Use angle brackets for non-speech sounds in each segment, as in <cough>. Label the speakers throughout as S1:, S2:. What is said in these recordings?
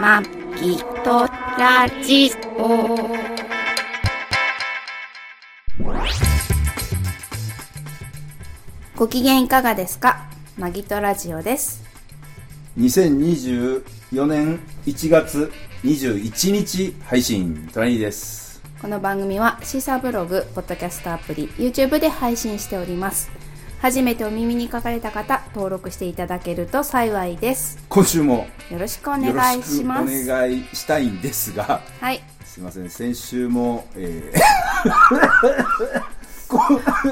S1: まきとラジオ。ご機嫌いかがですかマギトラジオです。
S2: 2024年1月21日配信トラニーです
S1: この番組はシーサーブログ、ポッドキャストアプリ、YouTube で配信しております。初めてお耳に書かれた方、登録していただけると幸いです。
S2: 今週も
S1: よろしくお
S2: よろ
S1: 願い
S2: し
S1: し
S2: くお
S1: ます。
S2: 願いしたいんですが
S1: はい。
S2: すいません先週もえーこ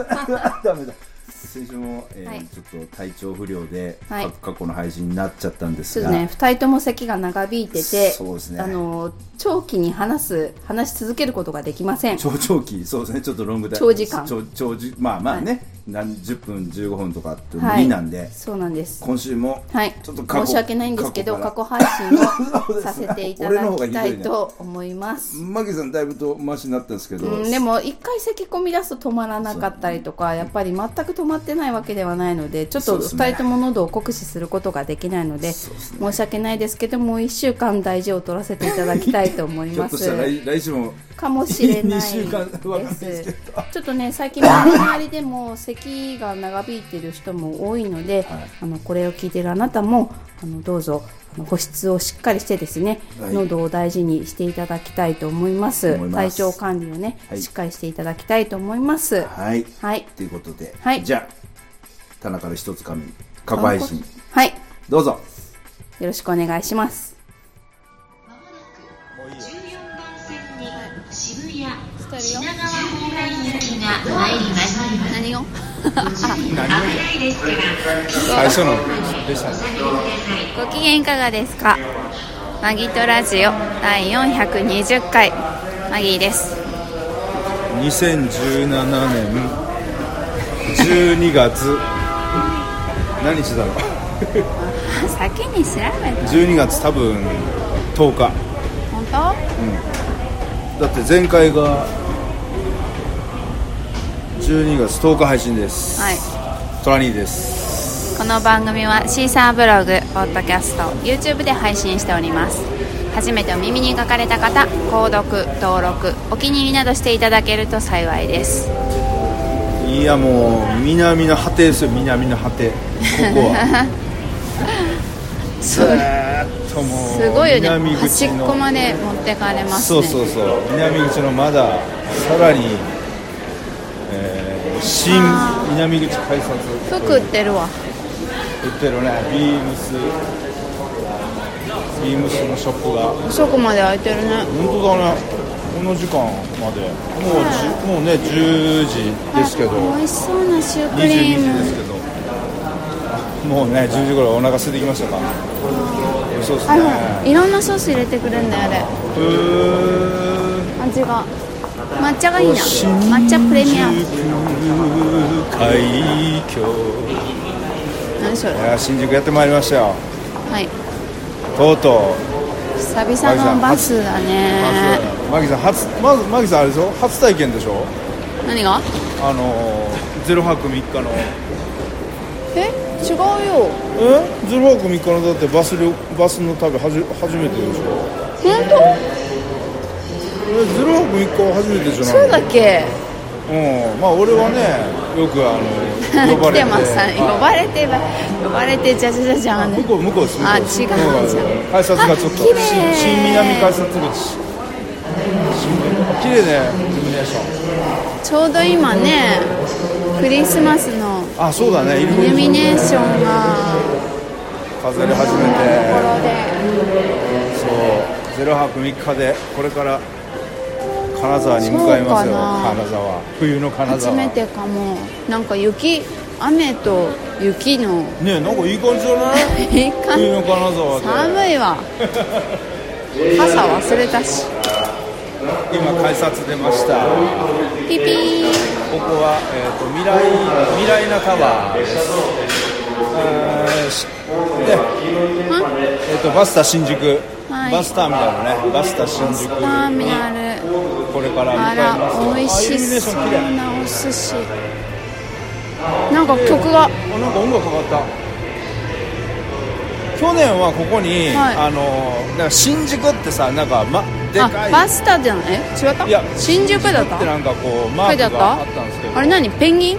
S1: <laughs>
S2: ダメだ先週も、えー
S1: はい
S2: ちょっと体調不良で、
S1: はい
S2: 過去の配信になっちゃったんです
S1: そうで
S2: が
S1: すね、2人とも咳が長引いてて、
S2: そうですね
S1: あの長期に話す話し続けることができません。
S2: 長長期そうですねちょっとロングタイム
S1: 長時間
S2: 長長時まあまあね、何十分15分とかって無
S1: はい
S2: 理なんで、
S1: そうなんです。
S2: 今週も
S1: はい、
S2: ちょっと過去
S1: 申し訳ないんですけど、
S2: 過
S1: 過
S2: 去
S1: 去配信をさせていた
S2: 俺の
S1: だ
S2: 方が
S1: き
S2: ひど
S1: た
S2: いね
S1: いと思います。
S2: マギさんだいぶとマシになったんですけど、
S1: うん、でも一回咳込み出すと止まらなかったりとかやっぱり全く止まってないわけではないのでちょっ
S2: そ
S1: と
S2: うですね
S1: 2人とも喉を酷使することができないので
S2: そうですね
S1: 申し訳ないですけどもう1週間大事を取らせていただきたい
S2: <laughs>
S1: と思い
S2: ひょ
S1: ま
S2: っ
S1: す。
S2: としたら来来週も
S1: かもしれないで
S2: 二
S1: す。
S2: 週間わかんないですけど
S1: ちょっとね最近周りでも咳が長引いてる人も多いので、
S2: はい
S1: あのこれを聞いてるあなたもあのどうぞあの保湿をしっかりしてですね、
S2: はい
S1: 喉を大事にしていただきたいと思います。
S2: 思います
S1: 体調管理をね、
S2: はい
S1: しっかりしていただきたいと思います。は
S2: はい
S1: い。はい。
S2: ということで、
S1: はい
S2: じゃあ田中の一つ紙過去配信
S1: はい。
S2: どうぞ
S1: よろしくお願いします。
S3: まもなく14番線に渋谷品川方面行きが参ります。
S1: 何を？
S3: 危ないですから、
S4: 最初のでしたね
S1: ご機嫌いかがですかマギトラジオ第420回マギーです。 <laughs>
S4: 2017年12月何日だろう
S1: 先に調べて
S4: 12月多分10日
S1: 本当？
S4: だって前回が12月10日配信です
S1: はい
S4: トラニーです
S1: この番組はシーサーブログ、ポッドキャスト、YouTube で配信しております。初めてお耳に書かかれた方、購読、登録、お気に入りなどしていただけると幸いです。
S4: いやもう南の果てですよ南の果てここ
S1: <laughs>
S4: はずーっともう
S1: すごいよね。
S4: 南
S1: 端
S4: 口
S1: っ
S4: の
S1: こまで持ってかれますね。
S4: そうそうそう南口のまださらに、えー新
S1: あ
S4: 南口改札
S1: 服売ってるわ。
S4: 売ってるねビームスビームスのショップが本
S1: そこまで開いてるね。
S4: 当だねこの時間までもうじもうね10時ですけど
S1: あ美味しそうなシューク
S4: 22
S1: リー
S4: 時で
S1: ム。
S4: すけどもうね10時頃お腹空いてきましたか美味しそうです
S1: あ
S4: ね
S1: の、いろんなソース入れてくるんだよ、あれ。
S4: うーん
S1: 味が。抹茶がいいな。抹茶プレミアム。
S4: 海峡
S1: 何それ
S4: い。やー新宿やってまいりましたよ
S1: はい。
S4: とうと
S1: 久々のバスだ
S4: う
S1: ね。
S4: マギさん初まずマギさんあれでしょ初体験でしょ
S1: 何が？
S4: あのー、ゼロ泊3日の
S1: え違うよ
S4: えゼロ泊3日のだってバス旅バスの旅はじ初めてでしょ
S1: 本当
S4: えゼロ泊3日は初めてじゃない
S1: そうだっけ
S4: うんまあ俺はねよくあ
S1: <laughs>
S4: の呼ば
S1: 来
S4: れ
S1: て
S4: て
S1: ましたね呼ばれてば呼ばれてじゃじゃじゃじゃん
S4: 向こう向こうです向こ
S1: あ違う
S4: です
S1: じゃん
S4: 改札がちょっと
S1: あ綺麗
S4: 新新南改札口新綺麗ねイルミネーション
S1: ちょうど今ねクリスマスの
S4: あそうだねイル
S1: イルミ
S4: ミネーシ
S1: ネーションが
S4: ョン飾り始
S1: とこ
S4: めて
S1: ろで
S4: そう、ゼロ泊3日で、これから金沢に向かいますよ、
S1: そうかな
S4: 金沢、冬の金
S1: 初
S4: 沢。
S1: め
S4: ね
S1: てかもなんか雪雨と雪の
S4: え、なんかいい感じじゃない
S1: いい感
S4: 冬
S1: じ
S4: の金沢で。
S1: 寒いわ傘忘れたし
S4: 今、改札出ました。こ
S1: ピピー
S4: こは、えー、と未来未来なタワーです。あーしでえー、とバスタ新宿、
S1: はい
S4: バスターミナルね、バスタ新宿
S1: ターミナル
S4: これから
S1: あ
S4: 向かいますよ
S1: ら、美味
S4: あイル
S1: し
S4: ミネーシ
S1: そ
S4: ョ
S1: う
S4: ン綺麗
S1: なお寿司。なんか曲が、
S4: あなんか音楽かかった去年はここに、
S1: はい
S4: あのなんか新宿ってさなんか、ま、で
S1: あ
S4: かい
S1: バスタじゃない違った
S4: いや
S1: 新宿だっ
S4: って
S1: た
S4: なんかこうマ
S1: 書
S4: ー
S1: い
S4: ク
S1: てあっ
S4: があ
S1: た
S4: ったんですけど
S1: あれ何ペンギンん
S4: う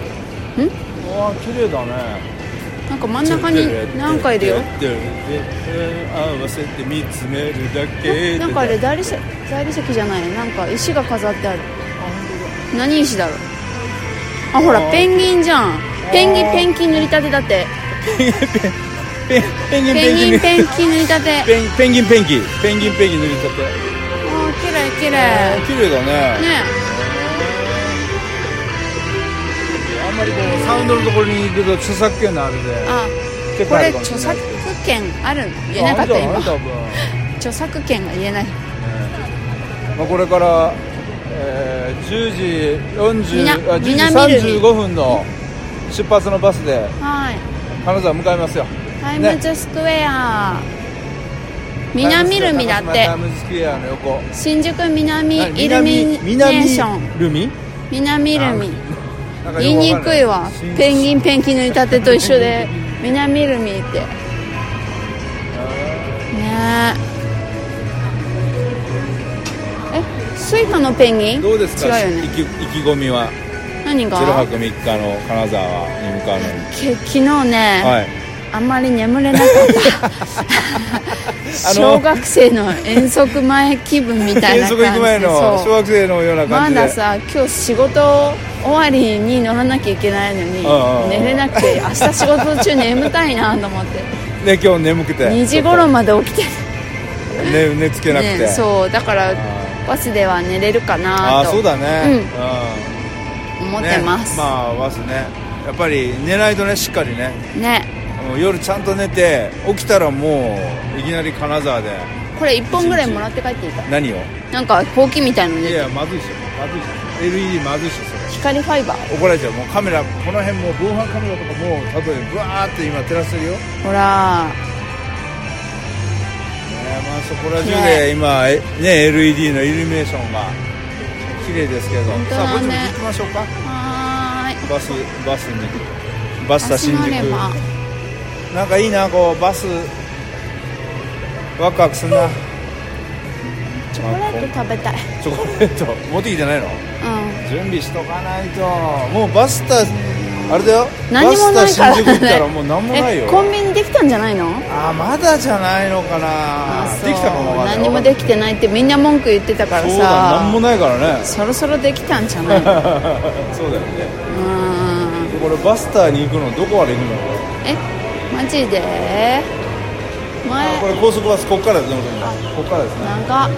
S4: わ綺麗だね
S1: なんか真ん中になんかいるよ
S4: 合わせて見つめるだけ
S1: なんかあれ大理石大理石じゃないねなんか石が飾ってある何石だろうあほら
S4: あー
S1: ペンギンじゃんペンギンペンキ塗りたてだって
S4: ペンペンギン
S1: ペンギンペ
S4: ペンギ
S1: ンキ塗りたてあ
S4: ペンペンギンペンギンペンギンペンギン塗りたて
S1: ー綺麗綺麗
S4: あー綺麗だね
S1: ね
S4: あんまりこうサウンドのところに行くと著作権のあれで
S1: あ
S4: 結
S1: こ
S4: 構あ
S1: れ
S4: るかもし
S1: 著作
S4: ない
S1: 権あるの言えなかった
S4: ああ
S1: 今
S4: るじゃない多分
S1: 著作権が言えない
S4: まあ、これから、えー10時
S1: みな
S4: 40あ
S1: みなみる
S4: 10時35分の出発のバスで
S1: はい
S4: 金沢向かいますよ
S1: タイムズスクエア、南ルミだっ
S4: タ
S1: て
S4: イムズスクエアの横
S1: 新宿南
S4: 何
S1: イルミネーション
S4: 南ルミ
S1: 南ルミ
S4: なんか
S1: 言い
S4: よく
S1: に
S4: わかんな
S1: くいわ
S4: 新
S1: ペンギンペンキ塗りたてと一緒で南ルミってねええスイカのペンギン
S4: どうですか、
S1: 違うよ
S4: 意
S1: ね
S4: 気意気込みは
S1: 何
S4: 0
S1: が
S4: 泊3日の金沢に向かうのに
S1: け昨日ね、
S4: はい
S1: あんまり眠れなかった
S4: <laughs> あの
S1: 小学生の遠足前気分みたい
S4: 遠
S1: な感じ
S4: 足
S1: で
S4: 行く前の
S1: そう
S4: 小学生のような感
S1: ま
S4: じで
S1: ださ今日仕事終わりに乗らなきゃいけないのに
S4: うんうん
S1: 寝れなく
S4: <laughs>
S1: て明日仕事中眠たいなと思って
S4: で今日眠くて
S1: 2時頃まで起きて
S4: 寝寝つけ
S1: る
S4: なくて、
S1: ねそうだからバスでは寝れるか
S4: あ
S1: な
S4: あー
S1: と
S4: そうだね、
S1: 思ってます
S4: ね、まあバスねやっぱり寝ないとねしっかりね
S1: ね
S4: もう夜ちゃんと寝て起きたらもういきなり金沢で
S1: これ1本ぐらいもらって帰っていいか
S4: 何を
S1: なんかほうきみたいの
S4: い
S1: で
S4: やまずいっしょまずいっしょ LED まずいっしょそれ
S1: 光ファイバー
S4: 怒られちゃうもうカメラこの辺もう防犯カメラとかもう例えばブワーって今照らしてるよ、ね
S1: ほら
S4: まあ、そこら中
S1: ね
S4: で今えね LED のイルミネーションが綺麗ですけど、
S1: 本当
S4: さあこ
S1: だ
S4: っちも
S1: ね
S4: 行きましょうか
S1: はーい
S4: バスバスにバスタ新宿
S1: 足のレバー
S4: なんかいいなこうバスワクワクすんな
S1: チョコレート食べたい
S4: チョコレート持ってきてないの
S1: う
S4: 準備しとかないともうバスタあれだよ
S1: ん何もない
S4: バス
S1: か
S4: タ
S1: ら
S4: 新宿行ったら
S1: ね
S4: もう何もない
S1: え
S4: よ
S1: コンビニできたんじゃないの
S4: あまだじゃないのかな
S1: そう
S4: できたかもわかんない
S1: 何もできてないってみんな文句言ってたから
S4: そうだ何も
S1: さ
S4: ないからね <laughs>
S1: そろそろできたんじゃないうー
S4: そうだよね
S1: ん
S4: でこれバスタに行くのどこまで行くの
S1: えマジで
S4: あこ
S1: 前
S4: れ高速バスこっからですねこっからですね
S1: 長っ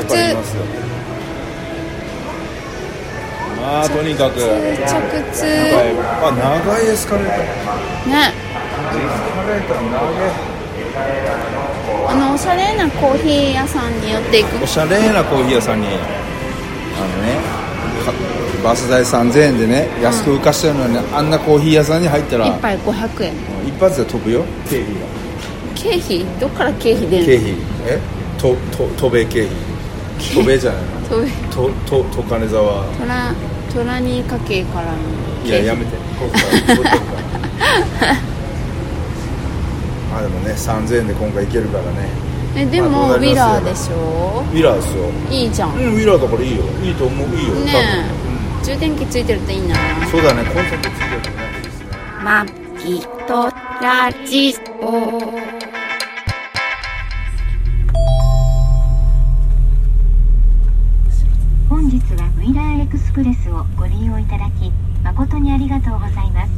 S1: 直
S4: こっ
S1: 通
S4: から行きますよまあとにかく
S1: 直通
S4: あ長いエスカレーター
S1: ねあのおしゃれなコーヒー屋さんに寄っていく
S4: おしゃれなコーヒー屋さんにあのねかバス代3000円でね安く浮かしてるのに、あんなコーヒー屋さんに入ったら
S1: 一杯500円
S4: 一発で飛ぶよ経費が
S1: 経費どっから経費出
S4: 経
S1: る
S4: 費えとと渡米経費渡米じゃない
S1: のと
S4: ととと金沢
S1: トラトラニー家系からの
S4: いや
S1: 経
S4: や
S1: 費
S4: めて今回こういうとこからあでもね3000円で今回行けるからね
S1: えでも
S4: まあ
S1: ウィ
S4: どうなります
S1: ラーでしょ
S4: ウィラーですよ
S1: いいじゃん
S4: う
S1: ね
S4: んウィラーだからいいよいいと思ういいよ多分
S1: え充電器ついてるといいな
S4: うんそうだねコンセントついてるとねいいですね
S1: マギトラジオ
S5: 本日はウィラーエクスプレスをご利用いただき誠にありがとうございます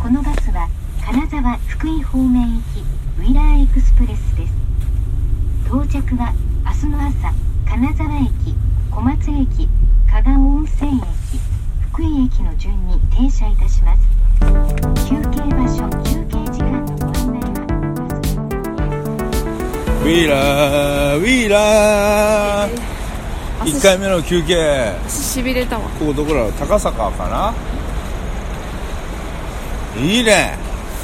S5: このバスは金沢福井方面行きウィラーエクスプレスです到着は明日の朝金沢駅小松駅加賀温泉駅福井駅の順に停車いたします休憩場所休憩時間のご案内はバス
S4: ウィーラーウィーラー1回目の休憩
S1: しびれたわ
S4: ここどこだろう高坂かないいね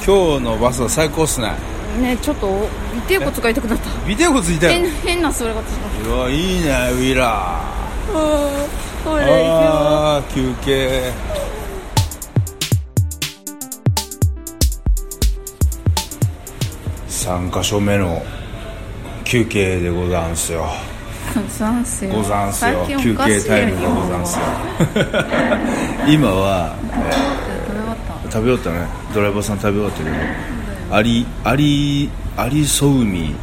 S4: 今日のバスは最高っすね
S1: ねえちょっと尾てい骨が痛くなった
S4: ビデオついて
S1: 変
S4: る
S1: 変な座り方しまし
S4: うわいいねウィーラー
S1: たあートイレ行くよ
S4: あー休憩3か所目の休憩でござんすよ
S1: ござんすよ
S4: ござんすよ
S1: 最近
S4: 休
S1: おか
S4: 憩
S1: しいよ
S4: タイムがござ
S1: <laughs>
S4: んすよ今は
S1: 食べ終わった
S4: 食べよったねドライバーさん食べよったけどアリアリアリソウミ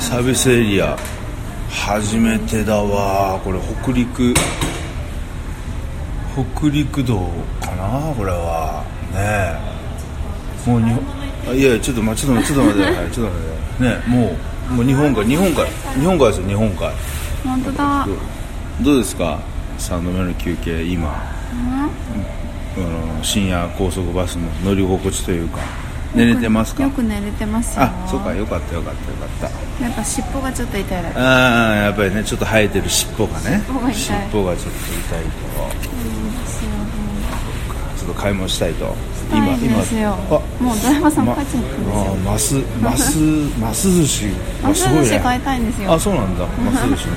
S4: サービスエリア初めてだわこれ北陸北陸道かなこれはねえもう日本あいやいやちょっと待ちょっと待ちょっと待ってはいちょっと待ってねえもうもう日本海日本海日本海ですよ日本海
S1: 本当だ
S4: どうですか3度目の休憩今、あの深夜高速バスの乗り心地というか寝れてます
S1: よ
S4: か
S1: く寝れてますよ
S4: あそうかよかったよかったよかった
S1: やっぱ尻尾がちょっと痛いだけ
S4: ああやっぱりねちょっと生えてる尻尾がね
S1: 尾が痛い
S4: 尾がちょっと痛いと
S1: ですよ
S4: ちょっと買い物したいと
S1: 痛いですよもうドライバーさん帰っちゃったんですよ
S4: ああマスマ
S1: <laughs>
S4: スマス寿司
S1: マス寿司買い
S4: い
S1: たいんですよ
S4: あそうなんだマス寿
S1: <laughs>
S4: 司ね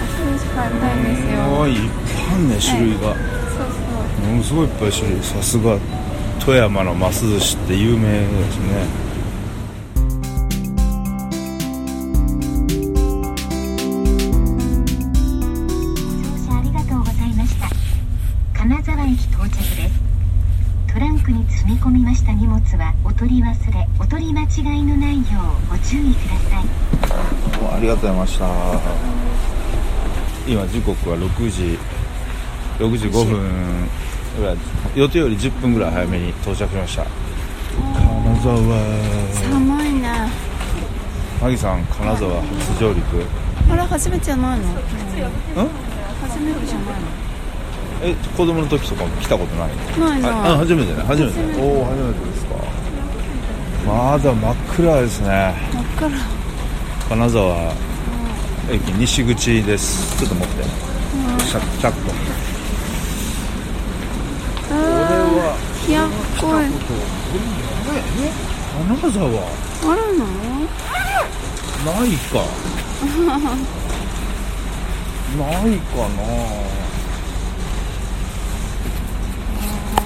S1: マス寿司買いたいんですよ
S4: おいいっぱいあんね種類が、
S1: そうそう
S4: ものすごいいっぱい種類さすが富山のます寿司って有名ですね
S5: 乗車ありがとうございました金沢駅到着ですトランクに積み込みました荷物はお取り忘れお取り間違いのないようご注意ください
S4: どうもありがとうございました今時刻は6時6時5分ぐらいです予定より10分ぐらい早めに到着しました金沢
S1: 寒いね
S4: マギさん金沢初上陸
S1: あれ初めてじゃないの
S4: うん
S1: 初めてじゃない
S4: え子供の時とかも来たことない
S1: のない
S4: ああ
S1: な
S4: 初めてね初めておお初めてですかまだ真っ暗ですね
S1: 真っ暗
S4: 金沢駅西口ですちょっと持ってシャッシャッと
S1: あー冷やっこい
S4: 金沢
S1: あるの
S4: ない
S1: <laughs>
S4: かないか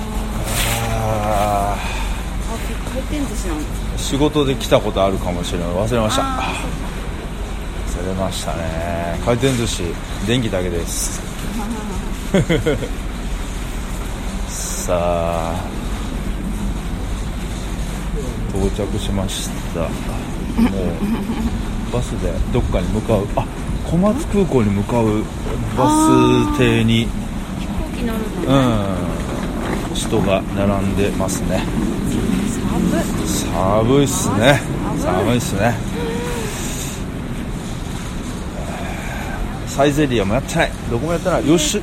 S4: なあ
S1: あ回転寿司なの
S4: ー仕事で来たことあるかもしれない忘れました忘れましたね回転寿司電気だけです
S1: <laughs>
S4: さあ到着しましたもうバスでどっかに向かうあ小松空港に向かうバス停に
S1: 飛行機乗るの
S4: うん人が並んでますね
S1: 寒
S4: 寒いっすね寒いっすねサイゼリアもやってないどこもやってない吉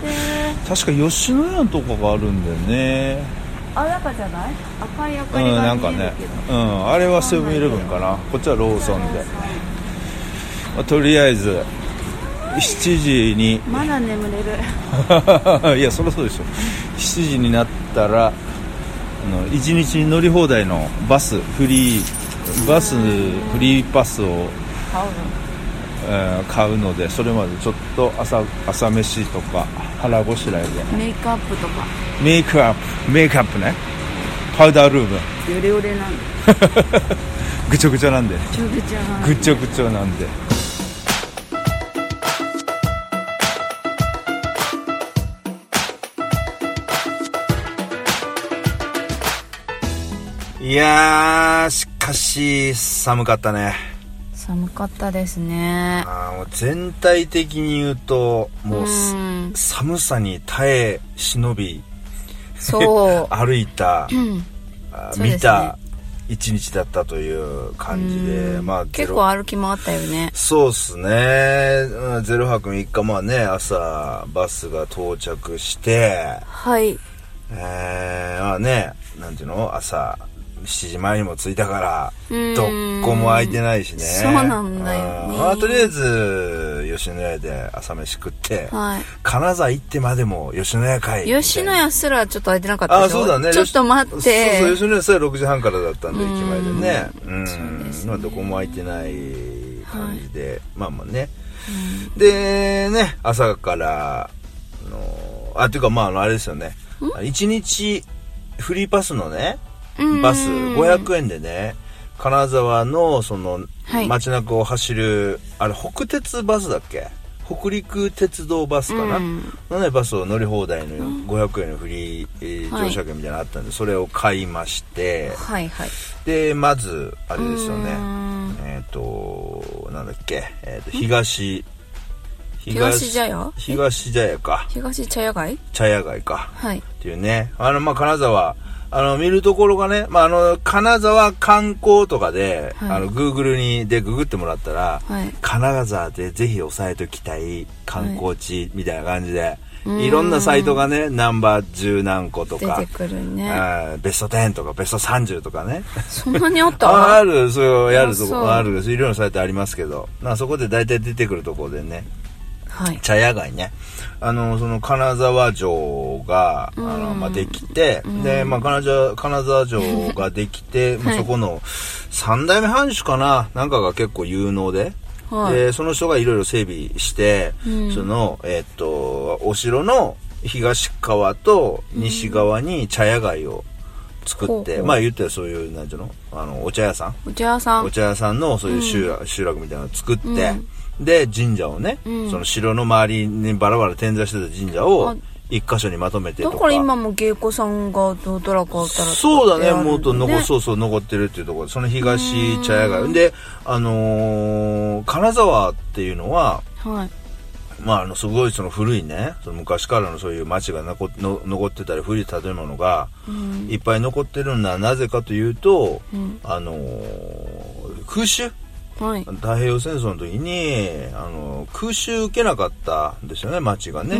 S4: 確か吉野家のとこがあるんだよね
S1: あらかじゃない赤い明
S4: う
S1: か
S4: ん
S1: り
S4: な
S1: が
S4: ん
S1: 見
S4: か
S1: え
S4: ね
S1: るけど、
S4: うん、あれはセブンイレブンかなこっちはローソンで、まあとりあえず7時に <laughs>
S1: まだ眠れる
S4: いやそりゃそうでしょ7時になったらあの1日に乗り放題のバスフリーバスフリーパスを、
S1: 買う
S4: えー買うのでそれまでちょっと朝朝飯とか腹ごしらえ
S1: の
S4: で
S1: メイクアップとか
S4: メイクアップメイクアップねパウダールーム
S1: ヨレヨレなんで
S4: ぐちょぐちょなんで
S1: ちょぐちょなんで
S4: ぐちょぐちょなんでいやーしかし寒かったね
S1: 寒かったですね
S4: あーもう全体的に言うともうす
S1: うん
S4: 寒さに耐え忍び
S1: そう
S4: <laughs> 歩いた、
S1: ん
S4: あ
S1: そうで
S4: ー
S1: すね
S4: 見た一日だったという感じで、
S1: うん
S4: まあゼ
S1: 結
S4: ロ
S1: 構歩き回ったよね
S4: そうっすね。うんゼロ泊3日、まあね、朝、バスが到着して、
S1: はい
S4: えー、まあね、なんていうの朝、7時前にも着いたから、
S1: うん
S4: どこも空いてないしね。
S1: そうなんだよね
S4: うんまあ、とりあえず、吉野家で朝飯食って、
S1: はい
S4: 金沢行ってまでも吉野家会。
S1: 吉野家すらちょっと空いてなかった
S4: あ、
S1: でしょ
S4: そうだね。
S1: ちょっと待って
S4: そうそう、吉野家さえ6時半からだったんで、駅前でね。うん。
S1: そうですね
S4: まあ、どこも空いてない感じで、まあまあね。で、ね、朝から、あの、あ、っていうか、まあ、あの、あれですよね。1日、フリーパスのね、バス
S1: うん
S4: 500円でね、金沢のその
S1: はい
S4: 街中を走る、あれ北鉄バスだっけ北陸鉄道バスかな、
S1: うん
S4: のねバスを乗り放題の500円のフリー、えー
S1: はい
S4: 乗車券みたいなのあったんでそれを買いまして
S1: はいはい
S4: でまずあれですよね
S1: うん
S4: えっ、となんだっけ、えー、と東
S1: 東茶屋
S4: 東茶屋か
S1: 東茶屋街
S4: 茶屋街か
S1: はい
S4: っていうねあのまあ金沢あの見るところがね、まあ、あの金沢観光とかで、
S1: はい
S4: あのグーグルにでググってもらったら、
S1: はい
S4: 金沢でぜひ押さえときたい観光地みたいな感じで、
S1: うん
S4: い、ろんなサイトがねナンバー10何個と
S1: 出
S4: か
S1: て、くるね
S4: あーベスト10とかベスト30とかね
S1: そんなにあっ
S4: ああ
S1: た
S4: るそういうやると
S1: あそう
S4: こあるですいろいろなサイトありますけどなんかそこで大体出てくるところでね
S1: はい
S4: 茶屋街ねあのその金沢城が、あのまあ、できて、で、まあ、金沢金沢城ができて、ま
S1: <laughs> は
S4: あ、
S1: い
S4: そこの三代目藩主かななんかが結構有能で。
S1: はい
S4: でその人がいろいろ整備して、
S1: うん
S4: その、えっとお城の東側と西側に茶屋街を作って、
S1: ほうほう
S4: まあ言ったらそういうなんていうのあのお茶屋さん
S1: お茶屋さん
S4: お茶屋さんのそういう集落,、集落みたいなのを作って、
S1: うん
S4: で神社をね、
S1: うん
S4: その城の周りにバラバラ点在してた神社
S1: あ
S4: を一箇所にまとめてと
S1: だ
S4: か
S1: から今も芸妓さんがどうドラかったら
S4: そうだねもっと
S1: の
S4: 残そうそう残ってるっていうところでその東茶屋街であのー金沢っていうのは
S1: はい
S4: まあ、あのすごいその古いねその昔からのそういう町が残の残ってたり古い建物がいっぱい残ってるのはなぜかというと、
S1: うん
S4: あのー空襲
S1: はい
S4: 太平洋戦争の時にあの空襲受けなかったんですよね町がね、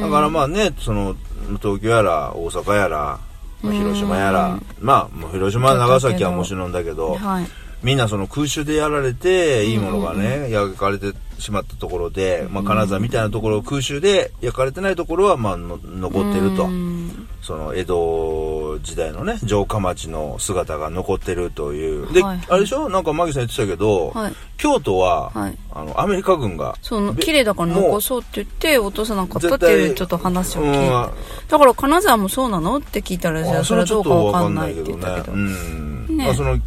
S4: だ
S1: だ
S4: からまあねその東京やら大阪やら、まあ広島やら、まあもう広島長崎はもちろんだけど、
S1: はい
S4: みんなその空襲でやられていいものがね、焼かれてしまったところで、まあ、金沢みたいなところ空襲で焼かれてないところはまあの残ってると。
S1: うん
S4: その江戸時代のね城下町の姿が残ってるというで、
S1: はいはい
S4: あれでしょなんかマギさん言ってたけど、
S1: はい
S4: 京都は、
S1: はい
S4: あのアメリカ軍が
S1: その
S4: べ
S1: 綺麗だから
S4: も
S1: 残
S4: う
S1: そうって言って落とさなかったっていう
S4: 絶対
S1: ちょっと話を
S4: うん
S1: 聞いてだから金沢もそうなのって聞いたらじゃ
S4: あ
S1: あそれはどうかわかんないって言ったけど
S4: うん
S1: ね
S4: まあ、その今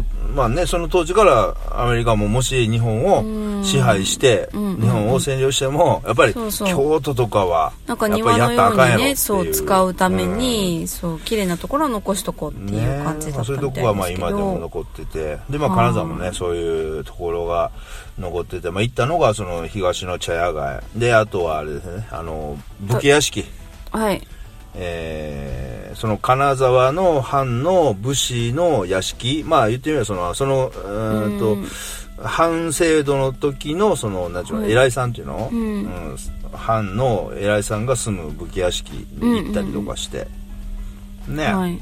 S4: 日まあねその当時からアメリカももし日本を支配して、
S1: うん
S4: 日本を占領してもやっぱり
S1: そうそう
S4: 京都とかは
S1: なんか
S4: やっぱ
S1: 庭
S4: りや
S1: の
S4: ったら
S1: よ
S4: あかんや
S1: う
S4: ろ
S1: に
S4: ってい
S1: ねそう使うためにそう綺麗なところは残しとこうっていう感じだった
S4: そう
S1: み
S4: いう
S1: たいですけど
S4: とこはまあ今でも残っててでまあ金沢もねそういうところが残っててまあ行ったのがその東の茶屋街であとはあれですねあの武家屋敷
S1: はい
S4: えーその金沢の藩の武士の屋敷まあ言ってみればそのそのうーんと藩制度の時のその何ていうの偉いさんっていうの、うん藩の偉いさんが住む武家屋敷に行ったりとかして、ね、
S1: はい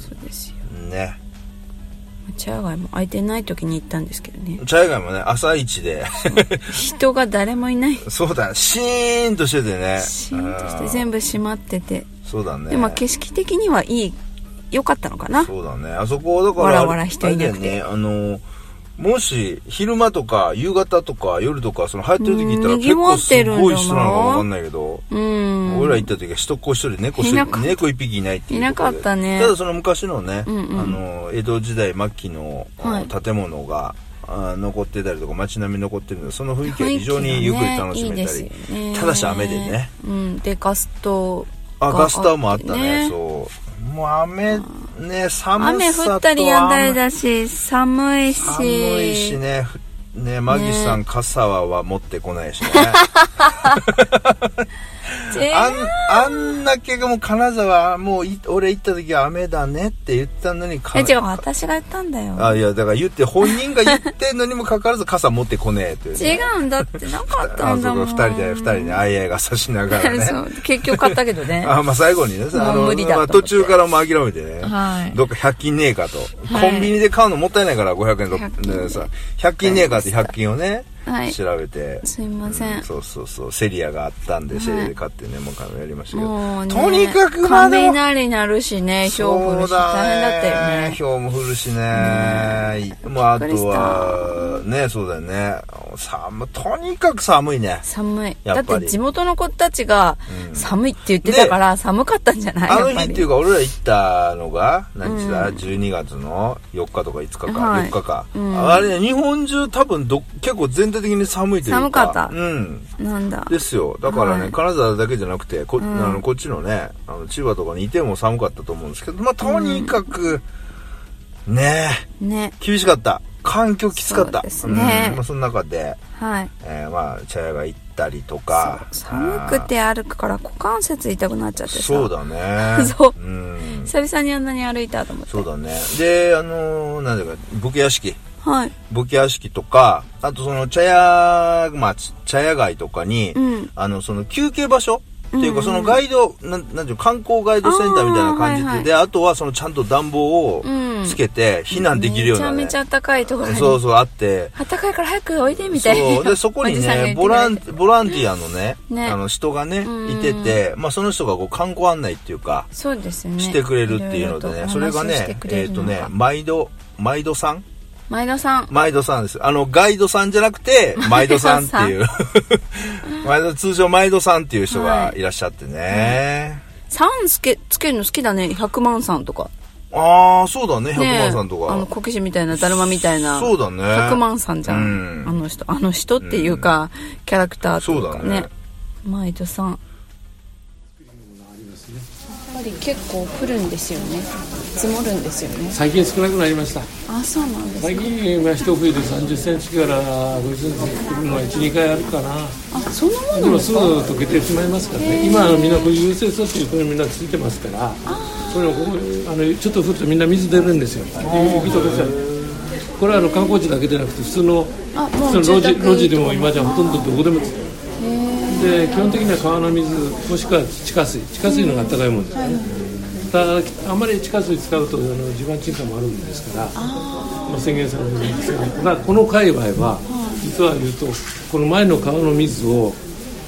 S1: そうですよ
S4: ね
S1: 茶屋街も空いてない時に行ったんですけど
S4: <laughs>
S1: ね
S4: 茶屋街もね朝一で <laughs>
S1: 人が誰もいない
S4: そうだねシーンとしててね
S1: シーンとして
S4: うん
S1: 全部閉まってて
S4: そうだね
S1: でも景色的にはいい良かったのかな
S4: そうだねあそこだから
S1: わらわら人いなくて
S4: あれだよねあのもし昼間とか夕方とか夜とかその入ってる時行った
S1: う
S4: ら
S1: ん
S4: 結構す
S1: 賑
S4: ご
S1: わ
S4: い
S1: ってるんじ
S4: 人
S1: ゃ
S4: な
S1: ない
S4: のかわかんないけど、
S1: うん
S4: 俺ら行った時は人っ子一人猫一
S1: いな
S4: 人
S1: かった
S4: 猫一匹いないっていうところで
S1: いなかったね
S4: ただその昔のね、
S1: うんうん
S4: あの江戸時代末期の、
S1: はい
S4: 建物があ残ってたりとか街並み残ってるのでその雰囲気が
S1: 雰囲
S4: 非
S1: 気
S4: 常
S1: がね
S4: にゆっくり楽しめたり
S1: いいですよね
S4: ただし雨でね
S1: うんでガスト
S4: あ、ガスターもあったね、
S1: ね
S4: そう。もう雨、ね、寒さと
S1: 雨降ったりやんだり
S4: 雨
S1: だし寒いし
S4: 寒いしね、ふね、マギさん、傘はは持ってこないし
S1: <laughs>
S4: ね。
S1: ぜ
S4: あん、あんだけもう金沢、もうい俺行った時は雨だねって言ったのに、か
S1: え違う私が言ったんだよ
S4: あ、いや、だから言って、本人が言ってんのにもかかわらず傘持ってこねえというね、
S1: 違うんだってなかった
S4: あ
S1: ん
S4: そ
S1: だも
S4: こ
S1: ん
S4: 二人で、二人で、あいあい傘しながらね。
S1: <laughs> そう結局買ったけどね
S4: あまあ最後にね、あ
S1: もう
S4: の
S1: 無理だと
S4: ま
S1: 思
S4: あ、
S1: って
S4: 途中からもう諦めてね、
S1: はい
S4: どっか100均ねえかと、
S1: はい
S4: コンビニで買うのもったいないから500円と
S1: 100均
S4: ねさ100均ねえかって100均をね、
S1: はい
S4: 調べて。
S1: すいません
S4: うそうそうそう。セリアがあったんで、セリアで買ってね、もう買うやりましたけ
S1: も
S4: ど。
S1: うね
S4: とにかくまあでも
S1: 雷鳴るしねひょう降るし
S4: そう
S1: 大変だったよね
S4: ひょうも降るしね。まあ、あ
S1: びっくりし
S4: と
S1: た
S4: は、ね、そうだよね。寒、とにかく寒いね。
S1: 寒い
S4: や
S1: だ
S4: っぱ
S1: っ
S4: り
S1: て地元の子たちが
S4: うん
S1: 寒いって言ってたから寒かったんじゃない
S4: あの
S1: やっぱ
S4: 日
S1: り
S4: っていうか、俺ら行ったのが、何日だ、
S1: うん
S4: ?12 月の4日とか5日か、
S1: はい
S4: 4日か。
S1: うん
S4: あれね、日本中多分ど、結構全体的に寒いというか。
S1: 寒かった
S4: うん。
S1: なんだ
S4: ですよ。だからね、
S1: はい
S4: 金沢だけじゃなくて、こ,、
S1: ん
S4: あのこっちのね、あの千葉とかにいても寒かったと思うんですけど、まあ、とにかく、ねえ、
S1: ね
S4: 厳しかった。環境きつかった。
S1: そうですね
S4: うんまあ、その中で、
S1: はい
S4: えーまあ、茶屋が行ったりとか。
S1: 寒くて歩くから股関節痛くなっちゃ
S4: あ
S1: っ
S4: ー。
S1: てさ
S4: そうだ
S1: <laughs>
S4: ね。。
S1: そうん久々にあんなに歩いたと思って
S4: そうだね。で、あのーなんだか、武家屋敷。
S1: はい
S4: 武家屋敷とか、あとその茶屋、まあ、ち茶屋街とかに、
S1: うん
S4: あの、その休憩場所っていう
S1: うんう
S4: か、
S1: ん
S4: そのガイド、なん、なんていうの観光ガイドセンターみたいな感じ
S1: あー
S4: で、
S1: はいはい
S4: で、あとはそのちゃんと暖房を
S1: うん
S4: つけて、避難できるような、ね
S1: めちゃめちゃ暖かいところに
S4: そうそう、あって、
S1: 暖かいから早くおいでみたいな
S4: そう。で、そこに
S1: おじさんが言
S4: ね、
S1: って
S4: ボ
S1: くれて
S4: ラン、ボランティアのね、
S1: ね
S4: あの、人がね
S1: う、ん
S4: いてて、まあ、その人がこう、観光案内っていうか、
S1: そうですね
S4: してくれるっていうのでね、それがね、えっ、とね、毎度、毎度さん
S1: 前田さん
S4: 毎度さんです。あの、ガイドさんじゃなくて、毎度さんっていう。毎度、通常毎度さんっていう人がいらっしゃってね。
S1: さんつけつけるの好きだね百万さんとか
S4: ああ、そうだね、百
S1: ね
S4: 万さんとか。
S1: あのこけしみたいなだるまみたいな
S4: そうだね。
S1: 百万さんじゃん、
S4: うん
S1: あの人あの人っていうか、キャラクターというか
S4: そうだ
S1: ね
S4: ね
S1: 毎度さんやっぱり結構降るんですよね積もるんですよね
S6: 最近少なくなりました
S1: あそうなんです
S6: 最近は一冬で3 0ンチから5 0ンチくるのは12回あるかな
S1: あそのもの
S6: でもすぐ溶けてしまいますからね今あのみんなこういう優先措置これみんなついてますからそれをここあのちょっと降るとみんな水出るんですよ雪溶けちゃうこれはあの観光地だけじゃなくて普通の
S1: あも
S6: 普
S1: う
S6: 通
S1: 住
S6: の路地
S1: 宅
S6: 路地でも今じゃほとんどどこでもで基本的には川の水もしくは地下水地下水の方が暖かいもんですからね、ただあんまり地下水使うとあの地盤沈下もあるんですからまあ、宣言されてるんですがただこの界隈は実は言うとこの前の川の水を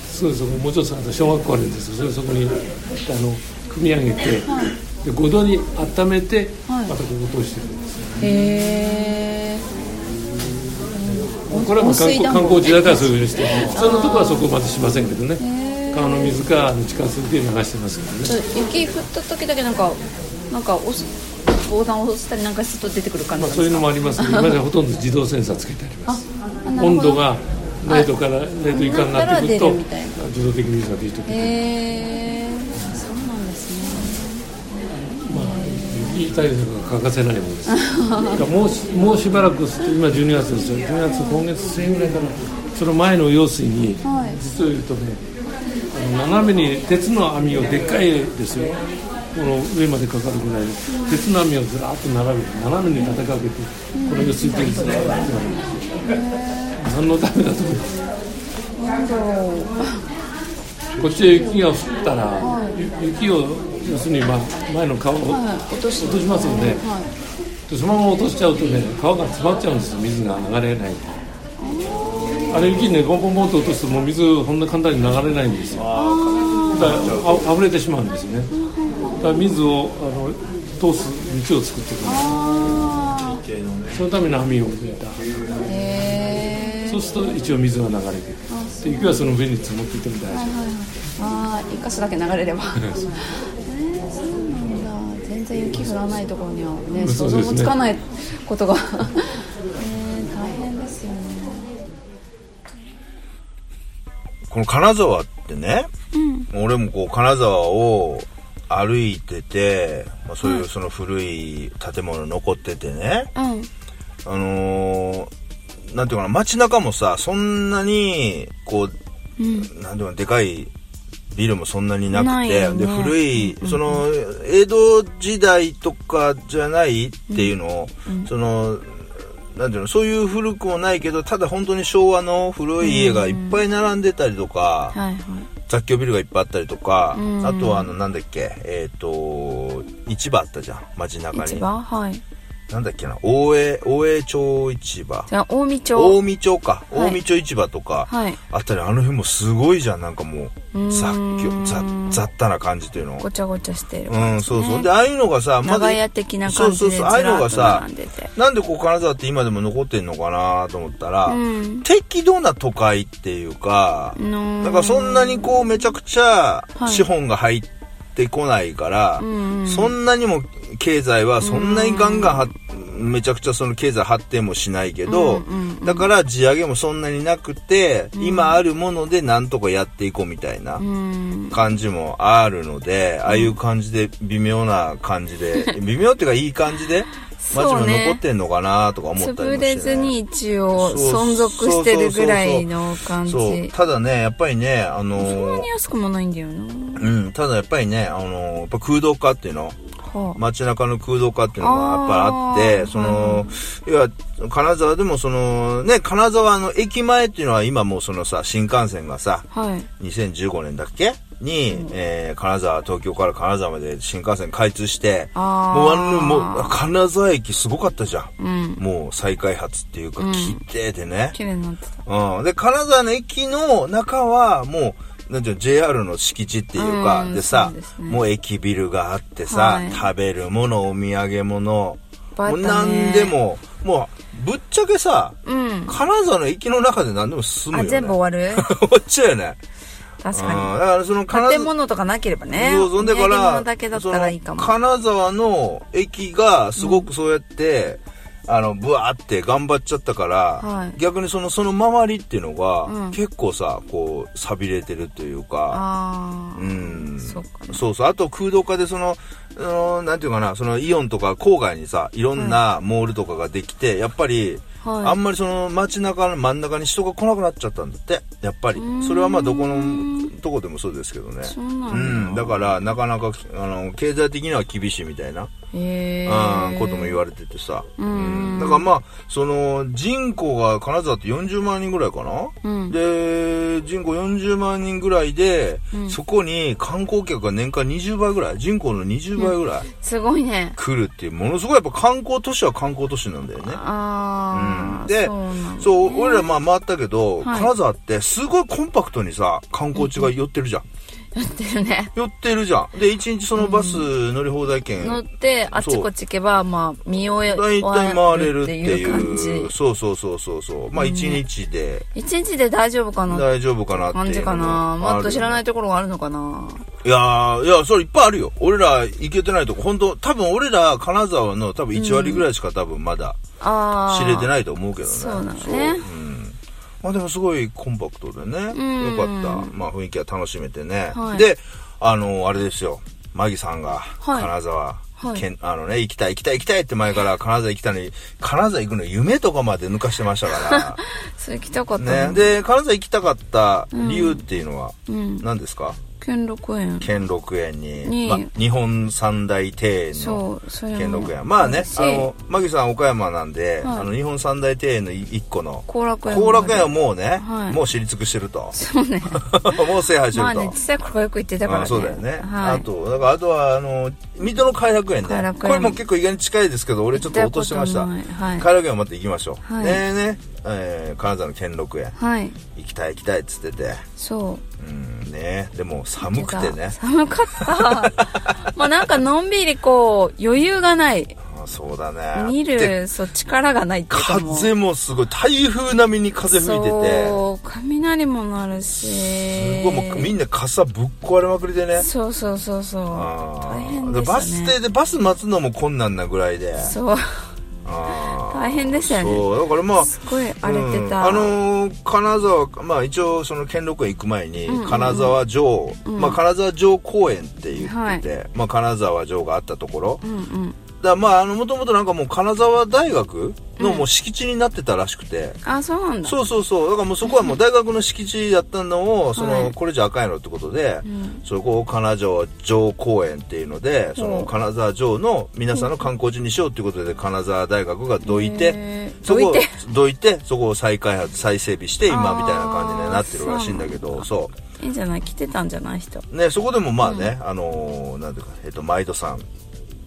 S6: すぐそこもうちょっと下がった小学校あるんですけどそれをそこにあの組み上げて、で5度に温めてまたここを通してるんです
S1: へえ
S6: これはもう観
S1: 温水だ
S6: 光
S1: もん
S6: 観光地だからそういうふうにして普通のとこはそこまでしませんけどね川の水かあの地下水で流してますけどね
S1: 雪降った時だけなんかなんか押す防弾を押したりなんかすると出てくる感じ
S6: ま
S1: な
S6: あ、
S1: ん
S6: そ
S1: で
S6: うい
S1: す
S6: うの
S1: か
S6: もありますけど今じゃほとんど自動センサーつけてあります温度が0度から0度以下になってくると
S1: なったら出るみ
S6: 自動的に水が出てくる、
S1: へえそうなんですね
S6: まあ、雪対策が欠かせないものですだからもうしもうしばらくすると今12月ですよ12月今月末ぐらいからその前の用水に、
S1: はい
S6: 実を言うとねあの斜めに鉄の網をでっかいですよこの上までかかるぐらいの鉄の網をずらっと並べて斜めに立てかけてこの用水でずらっとやるんですよ何のためだと思いますこっちで雪が降ったら、ゆ雪を要するに、まあ、前の川を落としますよね、でそのまま落としちゃうとね川が詰まっちゃうんですよ水が流れないあれ雪ねゴンゴンゴンと落とすともう水こんな簡単に流れないんですよだからあ溢れてしまうんですよねだから水をあの通す道を作ってくれる
S1: あ
S6: そのための網を置いた
S1: あへえ
S6: そうすると一応水が流れてくるで雪はその上に積もっていても大丈夫
S1: ああ一箇所だけ流れ
S6: <laughs>
S1: ればえーそうなんだ全然雪降らないところにはね想
S6: そ
S1: 像
S6: うですね
S1: もつかないこと
S6: <laughs>
S1: がえー大変ですよね
S4: この金沢ってね、俺もこう金沢を歩いてて、まあ、そういうその古い建物残っててね、
S1: うん
S4: あのー、なんていうかな、街中もさ、そんなに、こう、なんていうかな、でかいビルもそんなにな
S1: な
S4: く
S1: い
S4: て、
S1: よね
S4: で、古い、その、江戸時代とかじゃないっていうのを、その、なんていうの、そういう古くもないけど、ただ本当に昭和の古い家がいっぱい並んでたりとか、
S1: はいはい
S4: 雑居ビルがいっぱいあったりとか、
S1: うん
S4: あとはあの、なんだっけ、えっ、と、市場あったじゃん、街中に。
S1: 市場はい
S4: なんだっけな、大江、大江町市場。
S7: じゃあ近江町
S4: 大見町か、
S7: はい
S4: 大見町市場とか、
S7: はい
S4: あったりあの辺もすごいじゃんなんかもう雑
S7: ー
S4: 居
S7: ん
S4: 雑雑多な感じというの
S7: ごちゃごちゃしてる
S4: うんそうそうでああいうのがさまだ
S7: 長屋的な感じでず
S4: そうそうそうああいう
S7: ら
S4: の
S7: っ
S4: が
S7: と
S4: さ
S7: 並んでて
S4: なんでこう金沢って今でも残ってんのかなと思ったら、
S7: うん
S4: 適度な都会っていうか、
S7: の
S4: なんかそんなにこうめちゃくちゃ
S7: い
S4: 資本が入ってこないから、
S7: ん
S4: そんなにも経済はそんなにガンガンはめちゃくちゃその経済発展もしないけど、
S7: うんうんうん
S4: だから地上げもそんなになくて、今あるものでなんとかやっていこうみたいな
S7: うん
S4: 感じもあるので、ああいう感じで微妙な感じで、微妙っていうかいい感じで、街
S7: そ
S4: も
S7: うね
S4: 残ってんのかなとか思ったりもして、ね。
S7: 潰れずに一応存続してるぐらいの感じ
S4: そうただねやっぱりねあの
S7: そんな
S4: ー
S7: に安くもないんだよな
S4: うん、ただやっぱりね、あのーやっぱ空洞化っていうの
S7: はあ
S4: 街中の空洞化っていうのがやっぱりあって
S7: あー
S4: その、いや金沢でもそのね金沢の駅前っていうのは今もうそのさ新幹線がさ
S7: はい
S4: 2015年だっけに、えー金沢東京から金沢まで新幹線開通して
S7: あー
S4: もうあのもう金沢駅すごかったじゃん、
S7: うん
S4: もう再開発っていうか
S7: うん
S4: 綺麗でね、
S7: 綺麗になってた
S4: うん。で、金沢の駅の中は、もう、なんていうの JR の敷地っていうか、
S7: うん
S4: でさ
S7: そうですね
S4: もう駅ビルがあってさ、
S7: はい
S4: 食べるもの、お土産物、
S7: 映えたね
S4: もう何でも、もう、ぶっちゃけさ、
S7: うん
S4: 金沢の駅の中で何でも進むよ
S8: あ
S4: ね。
S8: 全部終わ
S4: <laughs>
S8: る
S4: 終わっちゃうよね。
S8: 確
S4: うん。だ
S8: か
S4: からその金
S8: に
S4: 沢
S8: 建物とかなければね
S4: そうそう、だか
S8: お土産
S4: ら、
S8: 物だけだったらいいかも
S4: その金沢の駅がすごくそうやって、あの、ブワーって頑張っちゃったから、
S7: はい
S4: 逆にその、その周りっていうのが、
S7: うん
S4: 結構さ、こう、錆びれてるというか、
S7: あ
S4: う
S7: あ
S4: ん。
S8: そうか
S4: そうそう。あと空洞化でその、あのなんていうかな、そのイオンとか郊外にさ、いろんなモールとかができて、やっぱり、
S7: はい
S4: あんまりその街中の真ん中に人が来なくなっちゃったんだって、やっぱり
S7: うー。ん
S4: それはまあどこの、どこでもそうですけどね。
S7: そうな
S4: うんん、
S7: だ
S4: だからなかなかあの経済的には厳しいみたいな、
S7: へえ
S4: うん、ことも言われててさ、
S7: ん
S4: だからまあその人口が金沢って40万人ぐらいかな、
S7: うん
S4: で人口40万人ぐらいで、そこに観光客が年間20倍ぐらい人口の20倍ぐらい
S7: すごいね
S4: 来るっていう、ものすごいやっぱ観光都市は観光都市なんだよね
S7: ああ、
S4: で
S7: そうなんだ <laughs>
S4: そう、俺らまあ回ったけど、
S7: はい
S4: 金沢ってすごいコンパクトにさ、観光地が寄ってるじゃん。
S7: やってるね
S4: 寄ってるじゃん。で、一日そのバス乗り放題券
S7: 乗ってあちこち行けばまあ見終
S4: 大体
S7: え
S4: 回
S7: れ
S4: れ
S7: る
S4: る
S7: っ
S4: ってて
S7: いう感
S4: い
S7: じ
S4: う。そうそうそうそうそう。まあ一日で
S7: 一日で大丈夫かな
S4: 大丈夫かなっていう。
S7: 感じかなもっと知らない
S4: い。
S7: ところがあるのかな、
S4: いやーいや、それいっぱいあるよ。俺ら行けてないとこ、本当多分俺ら金沢の多分1割ぐらいしか多分まだ
S7: ああ
S4: 知れて
S7: い
S4: ないと思うけどね。
S7: そうなのね
S4: そううんまあでもすごいコンパクトでね。よ
S7: ん
S4: かった。まあ雰囲気は楽しめてね
S7: は。い
S4: で、あの、あれですよ。マギさんが、
S7: はい
S4: 金沢
S7: は、い
S4: けんあのね、行きたい行きたい行きたいって前から金沢行きたいのに、金沢行くの夢とかまで抜かしてましたか
S7: それ来たか <laughs> った
S4: ら。
S7: な
S4: ね。で、金沢行きたかった理由っていうのは
S7: うん
S4: 何ですか
S7: 兼六園
S4: 兼六園に、
S7: に
S4: まあ日本三大庭園の
S7: そうそういう
S4: 兼
S7: の
S4: 六園。まあね、
S7: し
S4: あの、マギさん岡山なんで、
S7: はい
S4: あの、日本三大庭園の一個の、
S7: 後楽園も
S4: 後楽園はもうね、
S7: はい
S4: もう知り尽くしてると。 <laughs>
S7: そうね
S4: もう制覇して
S7: まあ
S4: ると。
S7: ね小さい頃からよく行ってたから
S4: あ
S7: ね
S4: そうだよね。
S7: はい、
S4: あと、だからあとは、あの、水戸の偕楽園ね。
S7: 偕楽
S4: こ
S7: 園
S4: れも結構意外に近いですけど、俺ちょっと落としてました。
S7: 行ったことないはい
S4: 偕楽園をまた行きましょう。
S7: はい
S4: ねえね、えー、金沢の兼六園。
S7: はい
S4: 行きたい行きたいっつってて。
S7: そ
S4: う
S7: う
S4: ん、ねでも寒くてね。
S7: 寒かった。 <laughs> まあなんかのんびりこう、余裕がない。
S4: あそうだね。
S7: 見
S4: で
S7: る、そう、力がないっていうかもう。
S4: 風もすごい、台風並みに風吹いてて。
S7: そう、雷も鳴るし。
S4: すごい、もうみんな傘ぶっ壊れまくりでね。
S7: そうそうそうそ
S4: あ
S7: う。大
S4: ー
S7: 変でしたね。
S4: バス停でバス待つのも困難なぐらいで
S7: そう。
S4: あ
S7: 大変でし
S4: ー
S7: たよね。
S4: そうだからまあ
S7: すごい荒れてた。
S4: うんあのー金沢まあ一応その兼六園行く前に金沢城、まあ、金沢城公園って言ってて、まあ、金沢城があったところ、
S7: うんうん。
S4: だまああのもともとなんかもう金沢大学のもう敷地になってたらしくて、
S7: あ、そうなんだ。
S4: そうそうそうだからもうそこはもう大学の敷地だったのをその、
S7: はい
S4: これじゃあかんやろってことで、
S7: ん
S4: そこを金沢城公園っていうのでそ
S7: ほ
S4: の
S7: う
S4: 金沢城の皆さんの観光地にしようっていうことで金沢大学がどい
S7: へ
S4: て
S7: ー
S4: そこを
S7: どいて
S4: どいてそこを再開発再整備して今
S7: あー
S4: みたいな感じになってるらしいんだけどそう
S7: いいんじゃない来てたんじゃない人。
S4: ねそこでもまあね、あのーなんていうか、えっと、毎度さん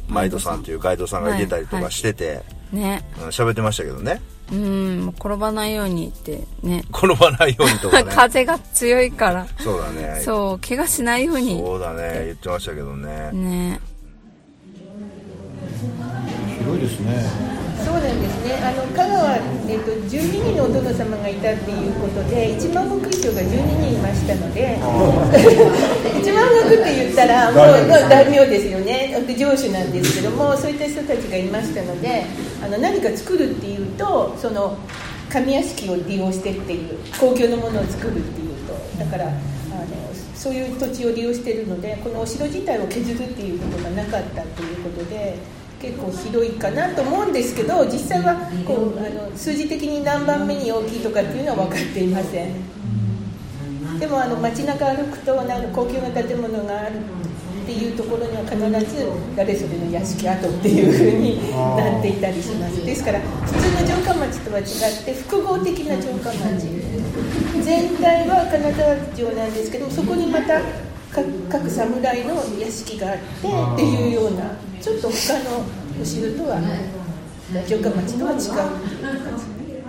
S4: 毎度さんというガイドさんが出たりとかしてて、
S7: ね
S4: うん喋ってましたけどね
S7: うんもう転ばないようにってね
S4: 転ばないようにと <laughs> かね
S7: <laughs> 風が強いから
S4: そうだね
S7: そう怪我しないように
S4: そうだね言ってましたけどね、
S7: ね
S9: 広いですね
S10: そうなんですね。あの香川、えっと12人のお殿様がいたっていうことで、一万石以上が12人いましたので、 <laughs> 一万石って言ったらもうもう大名ですよね。で城主なんですけども、そういった人たちがいましたので、あの何か作るっていうと、その神屋敷を利用してっていう公共のものを作るっていうと、だから。あのそういう土地を利用しているのでこのお城自体を削るっていうことがなかったということで結構ひどいかなと思うんですけど実際はこうあの数字的に何番目に大きいとかっていうのは分かっていませんでもあの街中歩くとなんか高級な建物があるっていうところには必ず誰それの屋敷跡っていうふうになっていたりしますですから普通の城下町とは違って複合的な城下町全体は金沢城なんですけどもそこにまた各各侍の屋敷があってっていうようなちょっと他のお城とは城下町とは違う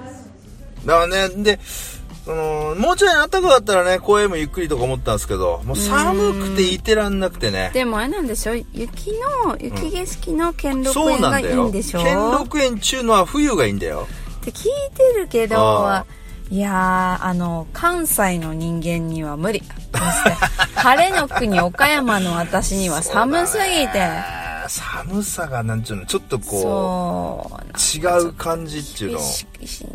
S4: だからね、で、その、もうちょい暖かかったらね、公園もゆっくりとか思ったんですけど、もう寒くていてらんなくてね。
S7: でもあれなんでしょ雪の雪景色の兼六
S4: そう
S7: 園
S4: な
S7: が
S4: ん
S7: い
S4: だ
S7: いん
S4: よ。
S7: でしょ
S4: 兼六園中のは冬がいいんだよ。
S7: って聞いてるけど
S4: あ
S7: いやーあの関西の人間には無理
S4: <laughs>
S7: そして晴れの国岡山の私には寒すぎて
S4: あー寒さがなんちゅうの、ちょっとこ
S7: そう
S4: う、違う感じっていうの。
S7: 厳しい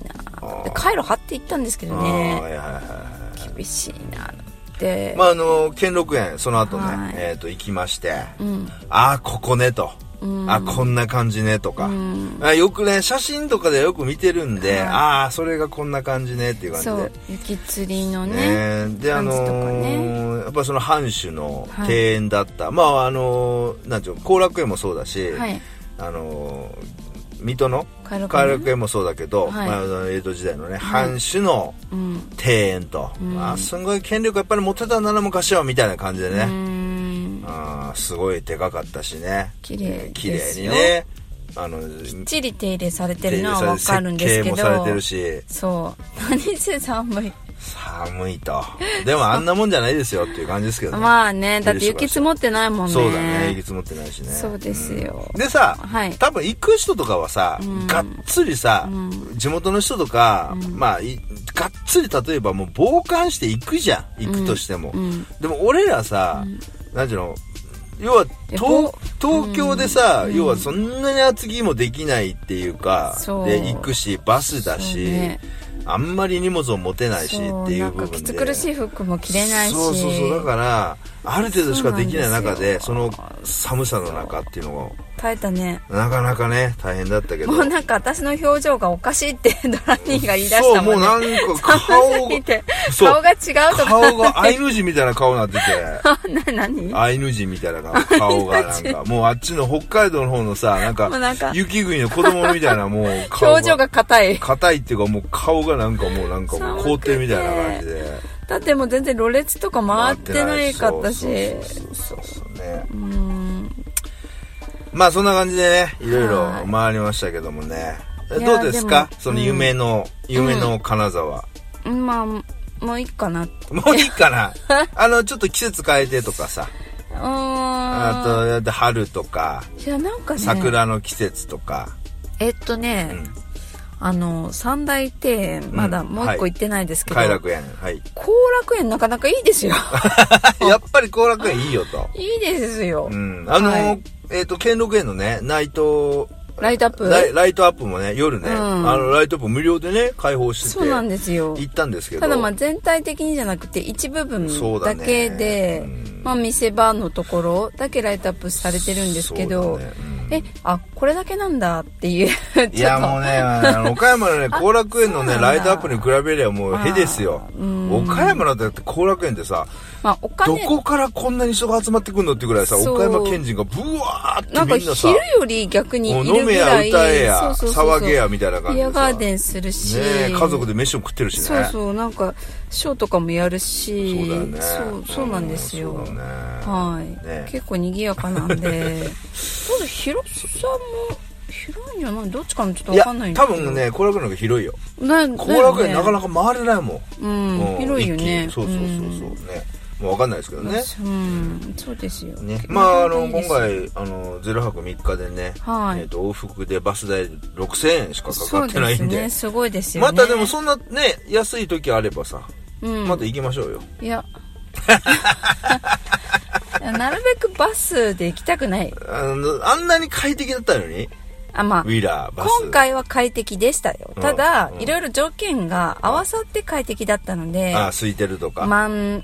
S7: なでカイロ張って行ったんですけど
S4: あーはい
S7: ね
S4: はいは
S7: 厳しいなって
S4: い。まああの、兼六園、その後ね、
S7: はい
S4: えっ、と、行きまして、ああ、ここね、と。あ、こんな感じね、とか、あよくね、写真とかでよく見てるんで、ああ、それがこんな感じね、っていう感じで。
S7: そう雪釣りのね
S4: ねであの
S7: 感じとか
S4: ー
S7: ね
S4: やっぱその藩主の庭園だった、まああのーなんていうの後楽園もそうだし、
S7: はい
S4: あのー水戸の
S7: カイロ
S4: 偕
S7: カ
S4: 楽園もそうだけど、
S7: はい
S4: まああの、江戸時代のね、藩主の
S7: うん
S4: 庭園と、あすごい権力やっぱり持ってたんだな昔はみたいな感じで
S7: う
S4: ね、
S7: ん
S4: あーすごいでかかったしね
S7: 綺麗
S4: 綺
S7: で
S4: 麗
S7: す
S4: に
S7: よ
S4: ねあの
S7: きっちり手入れされてるの
S4: 手入れされ
S7: はわかるんですけど
S4: 設計もされてるし
S7: そう何せ寒い
S4: 寒い
S7: <laughs>
S4: とでもあんなもんじゃないですよっていう感じですけどね
S7: まあねだって雪積もってないもんね
S4: そうだね雪積もってないしね
S7: そうですよ
S4: でさ、
S7: はい
S4: 多分行く人とかはさ、がっつりさ、地元の人とか、まあいがっつり例えばもう傍観して行くじゃん行くとしても、でも俺らさ、なんていうの要は東
S7: ぼ
S4: 東京でさ、要はそんなに厚着もできないっていうか
S7: そう
S4: で行くしバスだし、
S7: そうね
S4: あんまり荷物を持てないし
S7: そ
S4: っ
S7: う
S4: てい
S7: な
S4: うん部
S7: か
S4: 分で
S7: きつ苦しい服も着れないし
S4: そうそうそうだからある程度しかできない中で
S7: そ
S4: そう
S7: な
S4: の寒さの中っていうのを
S7: 耐えたね
S4: なかなかね大変だったけど
S7: もうなんか私の表情がおかしいって <laughs> ドラニーが言い出し
S4: そ
S7: た
S4: う
S7: も
S4: も
S7: ん
S4: うな
S7: ね
S4: んか顔
S7: <laughs> 寒すぎて
S4: そう
S7: 顔が違うとか
S4: 顔がアイヌ人みたいな顔になってて
S7: <laughs> な何
S4: アイヌ人みたいな顔顔がなんかもうあっちの北海道の方のさなんか
S7: もうなんか
S4: 雪国の子供みたいなもう顔
S7: <laughs> 表情が硬い
S4: 硬いっていうかもう顔がなんかもうなんかもう凍ってるみたいな感じで
S7: だってもう全然ろれつとか回ってないかったし
S4: そうそうそうそうねまあそんな感じでねいろいろ回りましたけどもね
S7: い
S4: どうです
S7: いや
S4: か
S7: でも
S4: その夢の、夢の金沢、
S7: うんまあもういいかなう
S4: もういいかなあのちょっと季節変えてとかさ
S7: ーん
S4: あとだって春とか
S7: いやなんかね
S4: 桜の季節とか、
S7: えっとね、
S4: うん
S7: あの三大庭園まだもう一個行ってないですけど、
S4: 偕楽園はい
S7: 後楽園なかなかいい <laughs> ですよ
S4: やっぱり後楽園いいよと
S7: いいですよ、
S4: うんあの、
S7: はい
S4: えっ、と兼六園のねナイト
S7: ライトアップ
S4: ライライトアップもね夜ね、
S7: ん
S4: あのライトアップ無料でね開放してて
S7: そうなんですよ
S4: 行ったんですけど
S7: ただまあ全体的にじゃなくて一部分
S4: そうだ
S7: だ
S4: ね
S7: けで
S4: うん
S7: まあ見せ場のところだけライトアップされてるんですけ
S4: そ
S7: ど、
S4: うだねうん
S7: えあこれだけなんだっていうちょっと
S4: いやもうね、あの岡山
S7: <laughs>
S4: のね、後楽園のね、
S7: そうなん
S4: ラ
S7: だ
S4: イトアップに比べりゃもう、へですよ。岡山なんてだって後楽園ってさ、
S7: まあお
S4: ど
S7: 金
S4: こからこんなに人が集まってくるのってぐらいさ、
S7: そう
S4: 岡山県人がブワーって
S7: なんか
S4: みんなさ、
S7: 昼より逆に
S4: もう
S7: い
S4: 飲
S7: る
S4: め
S7: ぐ
S4: や
S7: らい
S4: 歌えや、
S7: そうそうそう
S4: 騒げやみたいな感じ
S7: ビ
S4: でさ。
S7: アガーデ
S4: ね
S7: ンするし、
S4: え家族で飯も食ってるしね。
S7: そうそうなんかショーとかもやるし
S4: そうだよね。
S7: そうそうなんですよ、
S4: そうだね。
S7: はい、
S4: ね <laughs>
S7: 結構賑やかなんでちょっと広広さも広いんじゃないどっちかもちょっと
S4: い
S7: 分
S4: や
S7: かんないんだ
S4: 多
S7: けど
S4: 分ね後楽園の方が広いよ
S7: なだよね
S4: 後楽園なかなか回れないもん
S7: うん広いよね
S4: 一気にそうそうそうそうねもう分かんないですけどね
S7: うんそうですよ
S4: ね、まああの
S7: いいで
S4: 今
S7: す
S4: 回あの0泊3日でね、
S7: はい
S4: えー、と往復でバス代6000円しかか
S7: そ
S4: か
S7: う
S4: ってな
S7: で
S4: い
S7: す
S4: んで
S7: ねすごいですよね
S4: またでもそんなね安い時あればさ、
S7: うん
S4: また行きましょうよ
S7: いやいやなるべくバスで行きたくない
S4: あのあんなに快適だったのに
S7: あまあ
S4: ウィーラーバス
S7: 今回は快適でしたよ
S4: うん
S7: ただ
S4: うん
S7: いろいろ条件が合わさって快適だったので
S4: あ空いてるとか、
S7: 満ん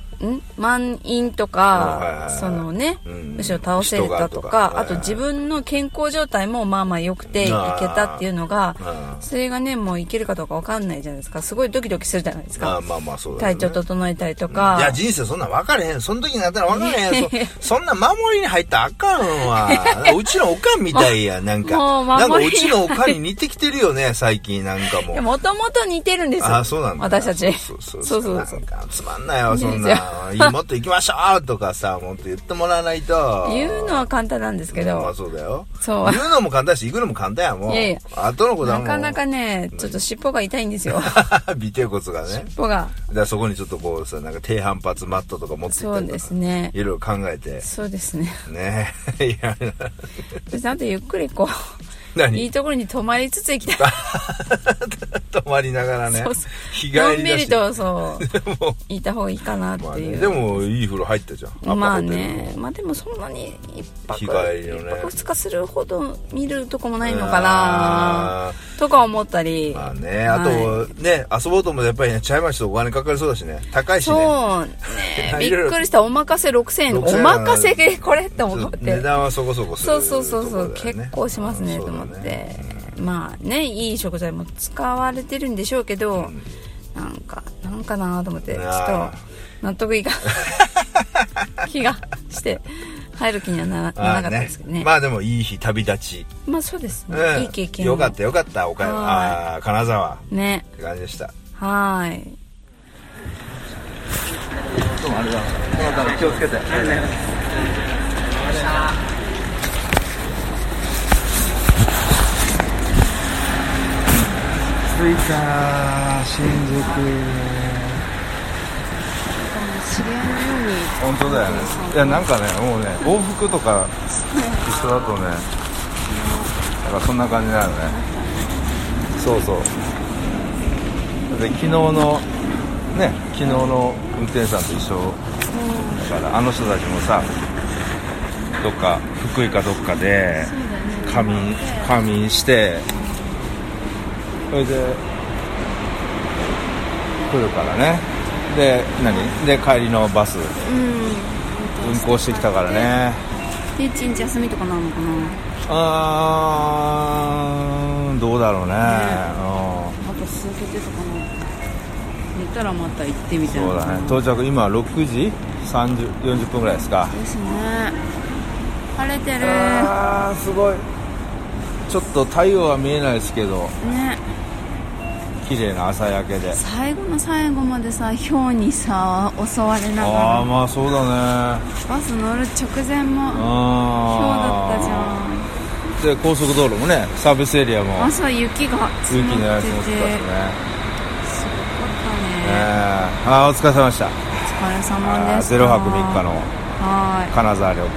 S7: 満員と
S4: うんはいはいは
S7: か
S4: い
S7: そのね
S4: うん
S7: むしろ倒せれた
S4: 人
S7: と
S4: がとか
S7: かあと自分の健康状態もまあまあ良くて
S4: うん
S7: 行けたっていうのが
S4: うん
S7: それがねもう行けるかどうか分かんないじゃないですかすごいドキドキするじゃないです
S4: あ
S7: か
S4: まあまあそうだよ
S7: 体
S4: ね
S7: 調整えたりと
S4: いや
S7: か
S4: 人生そんなん分かれへんその時になったら分かれへんそそんな守りに入ったらあかんわうちのおかんみたい
S7: <laughs>
S4: やなんか
S7: もう
S4: なんか
S7: 守
S4: う
S7: り
S4: ちのおかんに似てきてるよね最近なんかもう
S7: もともと似てるんですよ
S4: あそうなんだ
S7: 私たち
S4: そうそう
S7: そ
S4: そうう
S7: そう
S4: なんかつまんないわそん
S7: いいで <laughs>
S4: ないいもっと行きましょうとかさもっと言ってもらわないと
S7: 言うのは簡単なんですけ
S4: まあ
S7: ど
S4: そうだよ
S7: そう
S4: 言うのも簡単やし行くのも簡単やもう
S7: いやいや
S4: 後のことは
S7: な
S4: もう
S7: か
S4: <laughs>
S7: なかねちょっと尻尾が痛いんですよ
S4: 尾てい骨がね
S7: 尻尾が
S4: だからそこにちょっとこうさなんか低反発マットとか持って行
S7: そ
S4: った
S7: う
S4: りと
S7: で
S4: か
S7: すね
S4: いろいろ考えて
S7: そうですね
S4: ね <laughs> いや
S7: ちょっとゆっくりこういい
S4: 何
S7: ところに泊まりつつ行きたい
S4: 泊まりながらね
S7: そうそう
S4: 日帰りだ
S7: の
S4: し
S7: んびりとそう
S4: <laughs> もう
S7: いた方がいいかなって
S4: まあね
S7: いう
S4: でもいい風呂入ったじゃんアパホテルの
S7: まあねまあでもそんなに一泊
S4: 日
S7: 一
S4: 帰りのね
S7: 泊二日するほど見るとこもないのかな
S4: あ
S7: とか思ったり、
S4: まあね、あと、
S7: は
S4: ね、遊ぼうともやっぱりね、茶屋町とお金かかりそうだしね、高いしね。
S7: そうね
S4: <laughs>
S7: びっくりしたお任せ6000円お
S4: 6000
S7: 任せで <laughs> これって思っ
S4: ちょと値
S7: て
S4: 段はそこそこする
S7: そうそうそうそう、
S4: ところだよね
S7: 結構しますね
S4: うん
S7: と思っ
S4: そうだ
S7: て、
S4: ね
S7: まあねいい食材も使われてるんでしょうけど、なんかなんかなと思ってちょっと
S4: あ
S7: 納得いか
S4: <laughs>
S7: ん気がして入る気にはならならなかったですけどね
S4: まあでもいい日旅立ち。
S7: まあそうですね、
S4: うん
S7: いい経験
S4: よかったよかった、岡山。
S7: は
S4: ああー、金沢。っ
S7: ね
S4: て感じでした。
S7: はーい
S4: 気をつけて。
S9: 着いた新宿
S2: 本当だよねいやなんかねもうね往復とか一緒だとねなんかそんな感じだよねそうそうで昨日のね昨日の運転手さんと一緒だからあの人たちもさどっか福井かどっかで仮眠仮眠してそれで来るからねで何で帰りのバス運行してきたからね
S1: で一日休みとかなのかな
S2: あーどうだろうね
S1: あと続けてとかな寝たらまた行ってみた
S2: う
S1: い
S2: ん
S1: な
S2: そうだね到着今6時30 40分ぐらいですか
S1: ですね晴れてる
S2: あーすごいちょっと太陽は見えないですけど
S1: ね
S2: 綺麗な朝焼けで
S1: 最後の最後までさ氷にさ襲われな
S2: ああ
S1: が
S2: まあそうだね
S1: らバス乗る直前も氷だったじゃ
S2: ああ
S1: ん
S2: で高速道路もねサービスエリアも
S1: 朝雪が積
S2: 雪
S1: も
S2: の
S1: っ
S2: やつ
S1: てて
S2: も降ったしねね
S1: ね
S2: ああお疲れ様でした
S1: お疲れ様
S2: あ
S1: で
S2: ー
S1: した
S2: ゼロ泊3日の
S1: はい
S2: 金沢旅行
S1: あ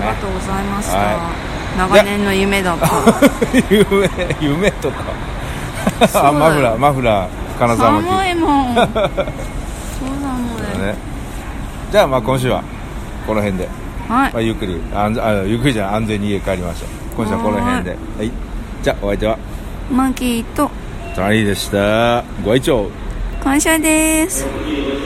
S1: りがとうございました、
S2: は
S1: 長年の夢だった
S2: <laughs> 夢夢とかあマフラーマフラー金沢巻き
S1: 寒いもんそうだもんね
S2: ねじゃあまあ今週はこの辺で、
S1: は
S2: ま
S1: い
S2: あ、ゆっくりあんあゆっくりじゃない安全に家帰りましょう今週はこの辺ではいじゃあお相手は
S1: マギーと
S2: トラリーでしたご愛聴
S1: 感謝です
S2: バイバイ